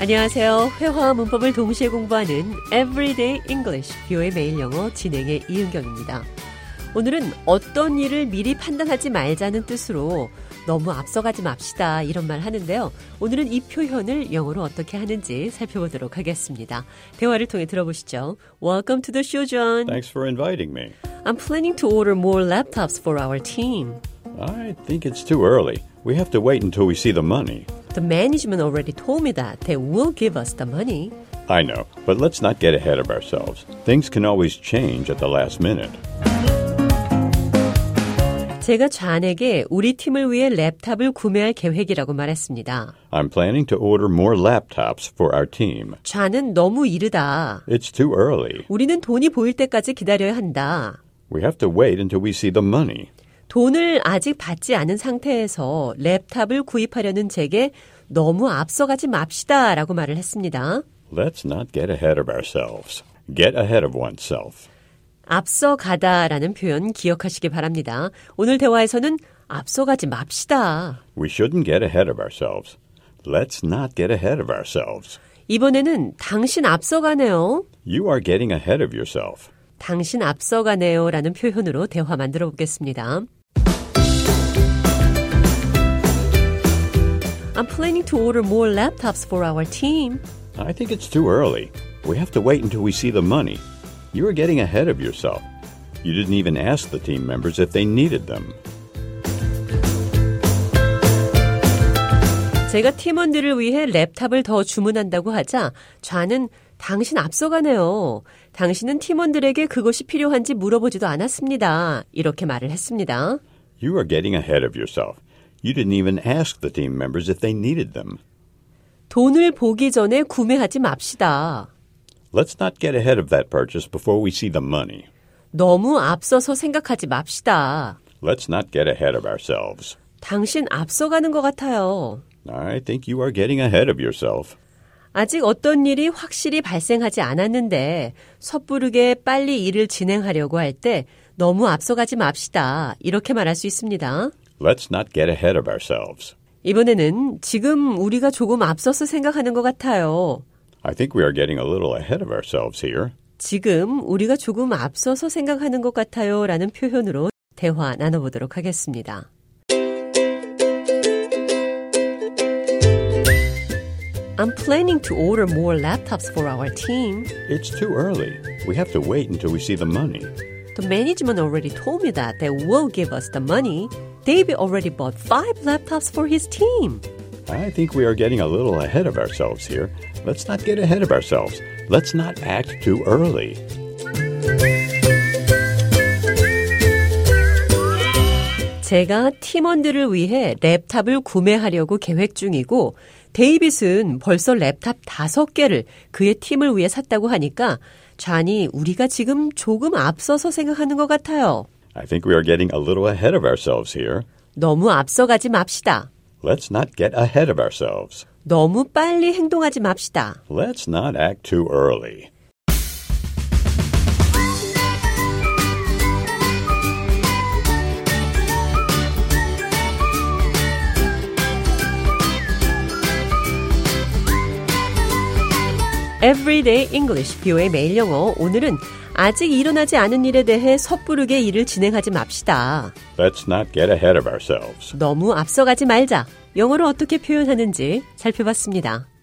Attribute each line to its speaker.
Speaker 1: 안녕하세요. 회화와 문법을 동시에 공부하는 Everyday English, 뷰의 매일 영어 진행의 이은경입니다. 오늘은 어떤 일을 미리 판단하지 말자는 뜻으로 너무 앞서가지 맙시다 이런 말 하는데요. 오늘은 이 표현을 영어로 어떻게 하는지 살펴보도록 하겠습니다. 대화를 통해 들어보시죠. Welcome to the show, John.
Speaker 2: Thanks for inviting me.
Speaker 1: I'm planning to order more laptops for our team.
Speaker 2: I think it's too early. We have to wait until we see the money.
Speaker 1: The management already told me that they will give us the money.
Speaker 2: I know, but let's not get ahead of ourselves. Things can always change at the last minute.
Speaker 1: 제가 좌안에게 우리 팀을 위해 랩탑을 구매할 계획이라고 말했습니다.
Speaker 2: I'm planning to order more laptops for our team.
Speaker 1: 좌는 너무 이르다.
Speaker 2: It's too early.
Speaker 1: 우리는 돈이 보일 때까지 기다려야 한다.
Speaker 2: We have to wait until we see the money.
Speaker 1: 돈을 아직 받지 않은 상태에서 랩탑을 구입하려는 제게 너무 앞서가지 맙시다 라고 말을 했습니다.
Speaker 2: Let's not get ahead of ourselves. Get ahead of oneself.
Speaker 1: 앞서가다 라는 표현 기억하시기 바랍니다. 오늘 대화에서는 앞서가지 맙시다.
Speaker 2: We shouldn't get ahead of ourselves. Let's not get ahead of ourselves.
Speaker 1: 이번에는 당신 앞서가네요.
Speaker 2: You are getting ahead of yourself.
Speaker 1: 당신 앞서가네요 라는 표현으로 대화 만들어 보겠습니다. I'm planning to order more laptops for our team.
Speaker 2: I think it's too early. We have to wait until we see the money. You are getting ahead of yourself. You didn't even ask the team members if they needed them.
Speaker 1: 제가 팀원들을 위해 랩탑을 더 주문한다고 하자 좌는 당신 앞서가네요. 당신은 팀원들에게 그것이 필요한지 물어보지도 않았습니다. 이렇게 말을 했습니다.
Speaker 2: You are getting ahead of yourself. You didn't even ask the team members if they needed them.
Speaker 1: 돈을 보기 전에 구매하지 맙시다.
Speaker 2: Let's not get ahead of that purchase before we see the money.
Speaker 1: 너무 앞서서 생각하지 맙시다.
Speaker 2: Let's not get ahead of ourselves.
Speaker 1: 당신 앞서가는 것 같아요.
Speaker 2: I think you are getting ahead of yourself.
Speaker 1: 아직 어떤 일이 확실히 발생하지 않았는데 섣부르게 빨리 일을 진행하려고 할 때 너무 앞서가지 맙시다. 이렇게 말할 수 있습니다.
Speaker 2: Let's not get ahead of ourselves.
Speaker 1: 이번에는 지금 우리가 조금 앞서서 생각하는 것 같아요.
Speaker 2: I think we are getting a little ahead of ourselves here.
Speaker 1: 지금 우리가 조금 앞서서 생각하는 것 같아요. 라는 표현으로 대화 나눠보도록 하겠습니다. I'm planning to order more laptops for our team.
Speaker 2: It's too early. We have to wait until we see the money.
Speaker 1: The management already told me that they will give us the money. David already bought five laptops for his team.
Speaker 2: I think we are getting a little ahead of ourselves here. Let's not get ahead of ourselves. Let's not act too early.
Speaker 1: 제가 팀원들을 위해 랩탑을 구매하려고 계획 중이고 데이빗은 벌써 랩탑 5개를 그의 팀을 위해 샀다고 하니까 좌니 우리가 지금 조금 앞서서 생각하는 것 같아요.
Speaker 2: I think we are getting a little ahead of ourselves here.
Speaker 1: 너무 앞서가지 맙시다.
Speaker 2: Let's not get ahead of ourselves.
Speaker 1: 너무 빨리 행동하지 맙시다.
Speaker 2: Let's not act too early.
Speaker 1: Everyday English, 비오의 매일 영어. 오늘은 아직 일어나지 않은 일에 대해 섣부르게 일을 진행하지 맙시다.
Speaker 2: Let's not get ahead of ourselves.
Speaker 1: 너무 앞서가지 말자. 영어로 어떻게 표현하는지 살펴봤습니다.